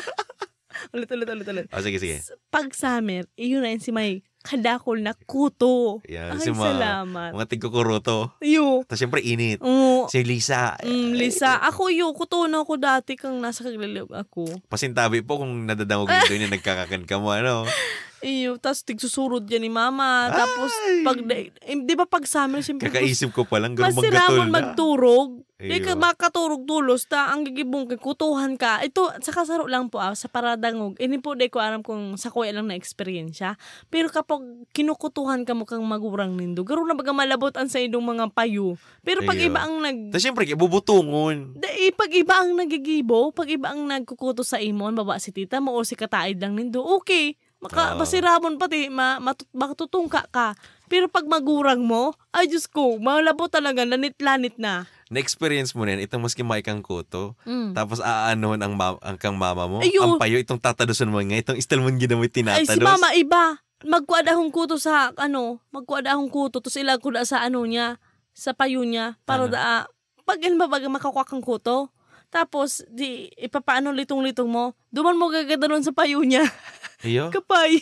A: [LAUGHS] ulit, ulit, ulit, ulit.
B: oh, sige, sige.
A: Pag summer, yun na yan si may Kadakol na kuto.
B: Yan,
A: Ay,
B: si mga,
A: salamat.
B: mga tigkukuruto.
A: Yo.
B: Tapos syempre init.
A: Oo.
B: Si Lisa.
A: Mm, Lisa, ako yu, kutuno ko dati kang nasa kagliliw ako.
B: Pasintabi po kung nadadangog nito yun, nagkakakan ka mo,
A: [LAUGHS]
B: ano.
A: Iyo, tapos tigsusurod yan ni mama. Tapos,
B: Ay!
A: pag, eh, di ba pag summer, siyempre,
B: Kakaisip ko palang, ganun maggatol
A: masiramon
B: na.
A: magturog. Di ka
B: Iyo.
A: makaturog tulos, ta ang gigibong kay kutuhan ka. Ito, sa kasaro lang po, ah, sa paradangog. Ini po, di ko alam kung sa kuya lang na eksperyensya. Pero kapag kinukutuhan ka mukhang magurang nindo, garo na baga malabot ang sa idong mga payo. Pero pag
B: Iyo.
A: iba ang nag...
B: Tapos syempre, bubutungon.
A: Da, eh, pag iba ang nagigibo, pag iba ang nagkukuto sa imon, baba si tita mo o si kataid lang nindo, okay. Maka,
B: Oo.
A: Masiramon pati, ma, matut, makatutungka ka. Pero pag magurang mo, ay Diyos ko, malabo talaga, lanit-lanit na.
B: Na-experience mo na yan, itong maski maikang kuto,
A: Mm.
B: tapos aanon ang, ma- ang kang mama mo,
A: Ayo.
B: ang payo, itong tatadosan mo nga, itong istal mo
A: Ay,
B: ginamoy
A: si
B: tinatados.
A: mama, iba. Magkuada akong kuto sa, ano, magkuada akong kuto, tapos ilag ko na sa ano niya, sa payo niya, para
B: Ano?
A: da, pag ano ba baga makakuha kang kuto, tapos, di, ipapaano litong-litong mo, duman mo gaganda nun sa payo niya. [LAUGHS]
B: Ayo,
A: Kapay.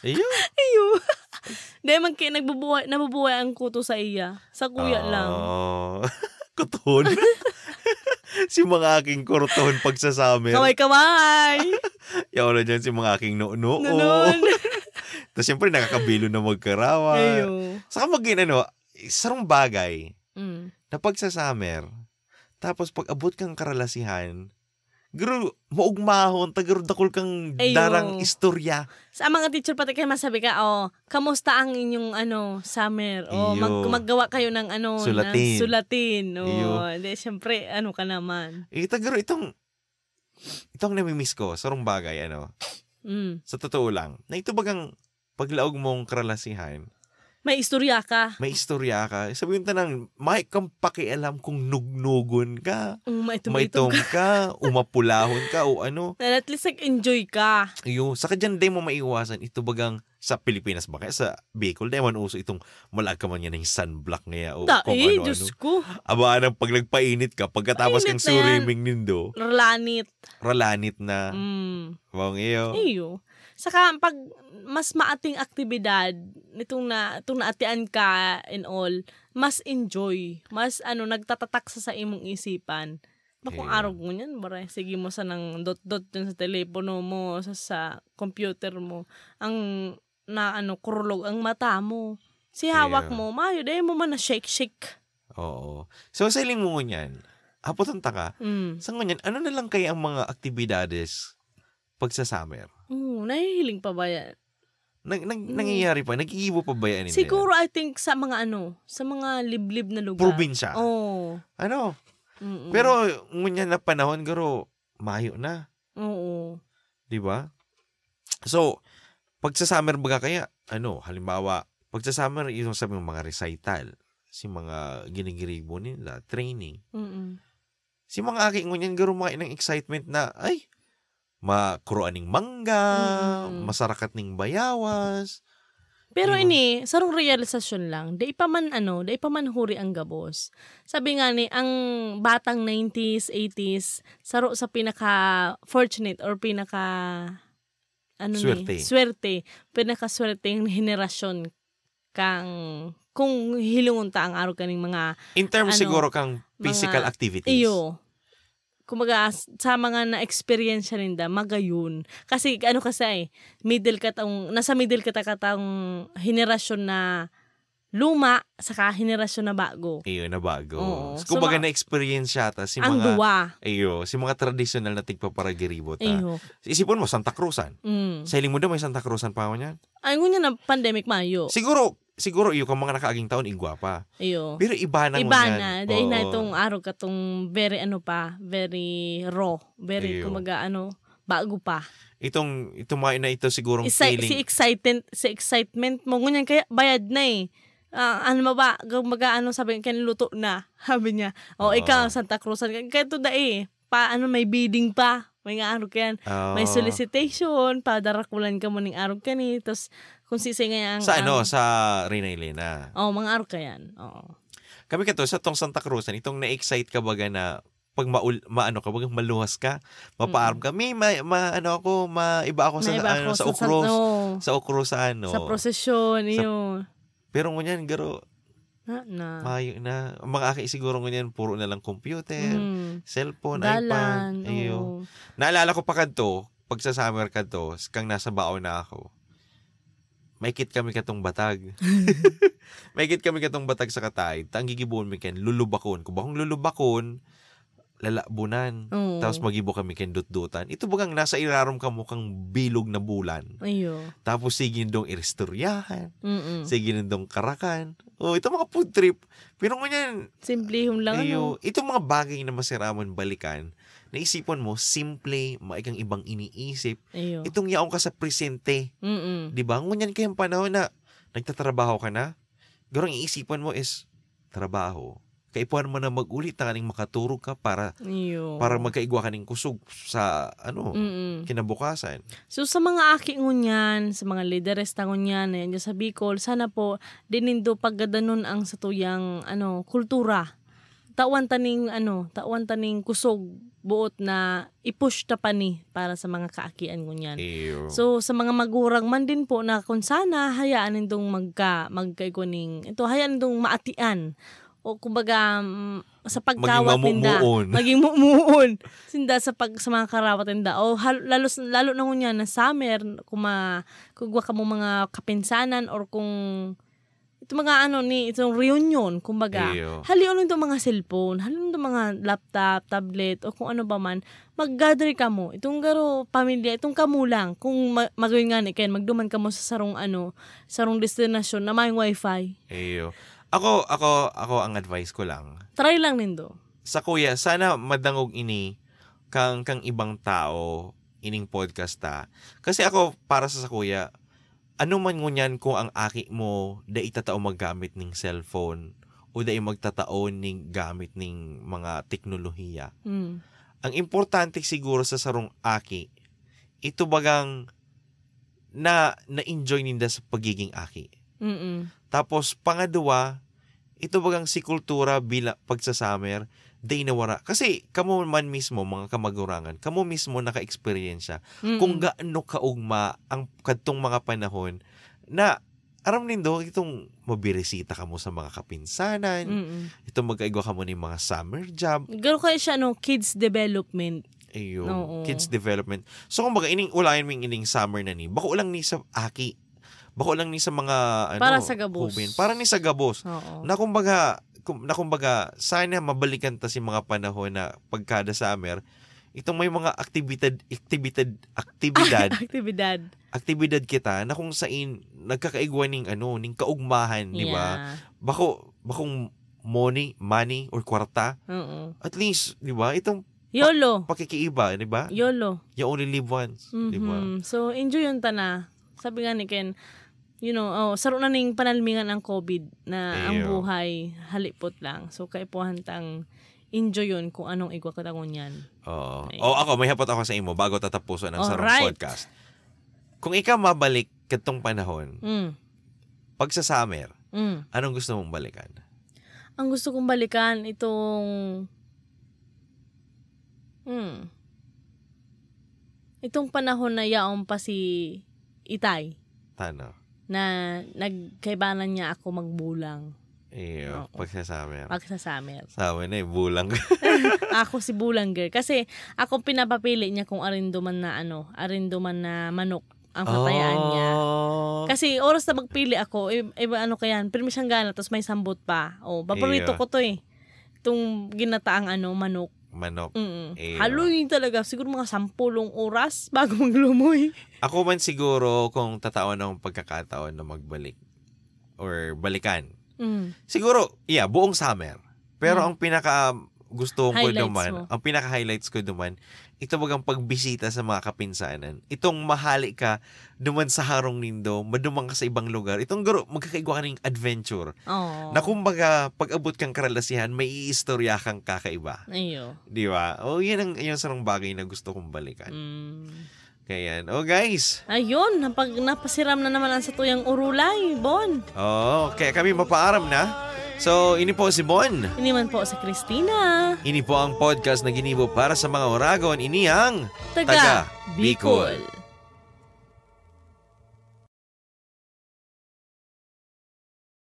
B: ayo.
A: Ayo. [LAUGHS] Dahil man kaya nagbubuhay, nabubuhay ang kuto sa iya. Sa kuya
B: Ah,
A: lang.
B: [LAUGHS] Oo. Kuton. [LAUGHS] si mga aking kurton pag sa summer. [LAUGHS]
A: Kaway-kaway.
B: Yaw na dyan si mga aking noo-noo.
A: Ganun.
B: Tapos syempre nakakabilo na magkarawa.
A: Ayo.
B: Saka maging ano, isang bagay
A: Mm.
B: na pag sa summer, tapos pag abot kang karalasihan, guru, maugmahon, tagaro dakol kang
A: Ayo.
B: darang istorya.
A: Sa mga teacher pati kayo masabi ka, oh, kamusta ang inyong ano, summer? Oh,
B: Iyo.
A: mag, maggawa kayo ng ano,
B: Sulatin.
A: Ng sulatin.
B: Iyo.
A: Oh, di, syempre, ano ka naman.
B: Eh, tagaro itong, itong namimiss ko, sarong bagay, ano,
A: Mm.
B: sa totoo lang, na ito bagang paglaog mong karalasihan,
A: May istorya ka.
B: may istorya ka, sabihin tanang, may kang pakialam kung nugnugon ka,
A: Um, may
B: may
A: tumitong ka.
B: ka, umapulahon ka, o ano,
A: Na [LAUGHS] at least nag-enjoy ka.
B: Iyo, saka dyan din mo maiwasan ito bagang sa Pilipinas ba kaya sa Bicol dahil man uso itong malag ka man yan ng sunblock nga o
A: Ta,
B: kung
A: eh,
B: ano
A: Diyos
B: ano.
A: ko.
B: Abaan ang pag nagpainit ka pagkatapos
A: Painit
B: kang
A: na yan.
B: suriming nindo,
A: Lanit.
B: ralanit na.
A: Mm.
B: Bawang iyo.
A: Iyo. Saka pag mas maating aktibidad nitong na itong naatian ka and all, mas enjoy, mas ano nagtatatak sa sa imong isipan. Ba kung
B: Iyo.
A: araw mo yan, bare, sige mo sa nang dot-dot dyan sa telepono mo, sa, sa computer mo, ang na ano, kurulog ang mata mo. Si hawak
B: Iyo.
A: mo, mayo, dahil mo man na shake-shake.
B: Oo. So sa iling mo niyan, apotan taka.
A: Mm.
B: Sa ngunyan, ano na lang kaya ang mga aktibidades pag sa summer?
A: Oo, nahihiling pa ba yan?
B: Nang, nang, nangyayari pa, nagigibo pa ba yan? Hindi.
A: Hmm. Siguro I think sa mga ano, sa mga liblib na lugar.
B: Probinsya.
A: Oo. Hmm.
B: Ano?
A: Mm-mm.
B: Pero, ngunyan na panahon, garo, mayo na.
A: Oo.
B: Di ba? So, pag sa summer baga kaya, ano, halimbawa, pag sa summer, yung sabi mga recital, si mga ginigiribo nila, training.
A: Mm-mm.
B: Si mga aki ngunyan, garo, mga inang excitement na, ay, makuroan ng mangga,
A: Mm.
B: masarakat ning bayawas.
A: Pero
B: Diba?
A: ini, sarong realisasyon lang, di pa man ano, di pa man huri ang gabos. Sabi nga ni, ang batang 90s, 80s, saro sa pinaka fortunate or pinaka ano ni,
B: Swerte.
A: swerte, pinaka swerte yung henerasyon kang kung hilungon ta ang araw kaning mga
B: In terms
A: Ano,
B: siguro kang physical
A: mga-
B: activities.
A: iyo. Kumaga, sa mga na-experience siya rinda, magayon. Kasi ano kasi ay, middle ka taong, nasa middle ka ta ka taong henerasyon na luma, saka henerasyon na bago.
B: Iyo na bago.
A: Oo.
B: So,
A: So,
B: Kumbaga
A: mga-
B: na-experience yata si
A: ang
B: mga, ah.
A: duwa.
B: iyo, si mga traditional na tigpaparagiribo ta.
A: Iyo.
B: Isipin mo, Santa Cruzan.
A: Mm.
B: Sa hiling mo daw, may Santa Cruzan pa ako niyan.
A: Ay, ngunya na pandemic mayo.
B: Siguro, siguro iyo kang mga nakaaging taon, igwa pa.
A: Iyo.
B: Pero iba na
A: Iba na. Dahil na itong araw ka tong very ano pa, very raw. Very
B: Iyo.
A: kumaga ano, bago pa.
B: Itong, itumayo na ito sigurong
A: Isa,
B: feeling.
A: si excitement, si excitement mo. Ngunyan kaya bayad na eh. Ah, ano ba ba? Kumaga ano sabi niya, luto na. [LAUGHS] Sabi niya. O
B: Oo.
A: ikaw, Santa Cruzan. ka." Kaya ito dai eh. Pa, ano, may bidding pa. May nga araw ka yan.
B: Oo.
A: May solicitation, padarakulan ka mo ng araw ka ni. Tapos, kung sisay nga ang...
B: Sa ano, sa Rina Elena.
A: Oo, mga araw ka yan. Oh. Oo.
B: Kami ka to, sa tong Santa Cruzan, itong na-excite ka baga na pag maul, maano ka, baga maluhas ka, mapaaram ka, may, ma, ma- ano ako, maiba ako sa,
A: Mm. May iba ako
B: ano, sa,
A: San-
B: ukros.
A: oo,
B: Sa ukros sa ano.
A: Sa prosesyon, yun.
B: Pero ngunyan, garo,
A: Na, na.
B: mayo na. Ang mga aki siguro ngunyan, puro na lang computer,
A: Mm.
B: cellphone,
A: Dalan.
B: iPad. Iyo.
A: oo.
B: Naalala ko pa kanto, pag sa summer kanto, kang nasa baon na ako, maikit kami katong
A: [LAUGHS]
B: batag. maikit kami katong batag sa katay. Tang gigibuon mi ken lulubakon. Kung bakong lulubakon, lalabunan.
A: Oo.
B: Tapos magibo kami ken dutdutan. Ito bagang nasa irarom ka mukhang bilog na bulan.
A: Iyo.
B: Tapos sige nindong iristoryahan.
A: Mm-mm.
B: Sige nindong karakan. Oh, ito mga food trip. Pero ngunyan,
A: Simplihong lang. ano?
B: Ayo, itong mga bagay na masiramon balikan, naisipan mo, simple, maikang ibang iniisip.
A: Ano? Iyo.
B: Itong yaong ka sa presente,
A: Mm-mm.
B: di ba? Ngunyan kayang panahon na nagtatrabaho ka na, garang iisipan mo is, trabaho. Kaipuan mo na magulit na kaning makaturog ka para
A: Iyo.
B: para magkaigwa ka ng kusog sa ano
A: Mm-mm.
B: kinabukasan.
A: So sa mga aki ngunyan, sa mga leaderes ta ngunyan, ayan dyan sa Bicol, sana po dinindo paggadanon ang sa tuyang ano, kultura. Tawan taning ano, tawan taning kusog buot na ipush ta pa ni para sa mga kaakian ngunyan.
B: Eyo.
A: So sa mga magurang man din po na kung sana hayaan nindong magka magkaikuning ito hayaan nindong maatian o kumbaga mm, sa pagkawat
B: Maging [LAUGHS]
A: ninda
B: mamumuon.
A: maging mumuon sinda sa pag sa mga karawat ninda o hal- lalo lalo na ngunya na summer kung ma kung wa ka mo mga kapinsanan or kung ito mga ano ni itong reunion kumbaga
B: Eyo.
A: Halino nito mga cellphone, halino nito mga laptop, tablet, o kung ano ba man, mag-gather ka mo. Itong garo, pamilya, itong kamulang. Kung ma- magawin nga ni Ken, magduman ka mo sa sarong ano, sarong destinasyon na may wifi.
B: Eyo. Ako ako ako ang advice ko lang,
A: Try lang nindo.
B: sa kuya, sana madangog ini kang kang ibang tao ining podcast ta. Kasi ako para sa sa kuya, ano man ngunyan kung ang aki mo da itatao maggamit ning cellphone o da magtatao ning gamit ning mga teknolohiya.
A: Mm.
B: Ang importante siguro sa sarong aki, ito bagang na na-enjoy ninda sa pagiging aki.
A: Mm-mm.
B: Tapos pangadua, ito bagang si kultura bila pag sa summer, day nawara. Kasi kamo man mismo mga kamagurangan, kamo mismo naka-experience siya
A: Mm-mm.
B: kung gaano kaugma ang kadtong mga panahon na aram nindo itong mabiresita ka mo sa mga kapinsanan,
A: Mm-mm.
B: itong magkaigwa ka mo ng mga summer job,
A: Garo kayo siya, no, kids development.
B: ayun,
A: Oo.
B: kids development. So kumbaga ining ulayan mo yung ining summer na ni, bako lang ni sa aki. Bako lang ni sa mga ano,
A: Para sa gabos.
B: hubin. Para ni sa gabos.
A: Oo.
B: Na kumbaga, kum, na kumbaga, sana mabalikan ta si mga panahon na pagkada summer, Itong may mga aktibidad, aktibidad,
A: [LAUGHS]
B: aktibidad,
A: [LAUGHS] Aktibidad.
B: aktibidad kita na kung sain nagkakaigwa ning ano, ning kaugmahan, di ba?
A: Yeah.
B: Bako, bakong money, money, or kwarta.
A: Oo.
B: At least, di ba? Itong
A: YOLO.
B: pakikiiba, di ba?
A: YOLO.
B: You only live once, di ba?
A: Mhm. So, enjoy yung tana. Sabi nga ni Ken, you know, oh, saro na ning panalmingan ang COVID na ang
B: Eyo.
A: buhay halipot lang. So, kaipuhan tang enjoy yun kung anong igwa ka tangon yan.
B: Oo.
A: Ayun.
B: O ako, may hapot ako sa imo bago tatapusan ang sarong
A: Alright.
B: podcast. Kung ikaw mabalik katong panahon,
A: Mm.
B: pag sa summer,
A: Mm.
B: anong gusto mong balikan?
A: Ang gusto kong balikan itong mm, itong panahon na yaon pa si Itay
B: Tano?
A: na nagkaibanan niya ako magbulang
B: Iyo,
A: Oo.
B: pag sa summer.
A: pag sa summer.
B: Sabi na, eh, bulang.
A: ako si bulang girl kasi ako pinapapili niya kung arinduman na ano, arinduman na manok ang patayaan niya.
B: Oh.
A: Kasi oras na magpili ako, iba, iba ano kayan, permisyang gana, tapos may sambot pa. O, paborito
B: Iyo.
A: ko to eh. Itong ginataang ano, manok.
B: Manok.
A: Mm.
B: Eyo.
A: Haluin talaga. Siguro mga sampulong oras [LAUGHS] bago maglumoy.
B: Ako man siguro kung tataon ng pagkakataon na magbalik or balikan.
A: Mm.
B: Siguro, yeah, buong summer. Pero
A: Mm.
B: ang pinaka gusto ko
A: Highlights mo.
B: naman, ang pinaka-highlights ko naman, ito bagang pagbisita sa mga kapinsanan. Itong mahali ka, duman sa harong nindo, madumang ka sa ibang lugar. Itong guro, magkakaigwa ka ng adventure.
A: Oo.
B: Na kumbaga, pag abot kang karalasihan, may iistorya kang kakaiba.
A: Ayo.
B: Di ba? O, yan ang yung sarang bagay na gusto kong balikan.
A: Mm.
B: Kaya yan. O, guys.
A: Ayun, napag, napasiram na naman ang satuyang urulay, Bon.
B: Oo, Oh, kaya kami mapaaram na. So, ini po si Bon.
A: Iniman po sa Christina.
B: Ini po ang podcast na ginibo para sa mga Oragon. Ini ang
A: Taga, Bicol.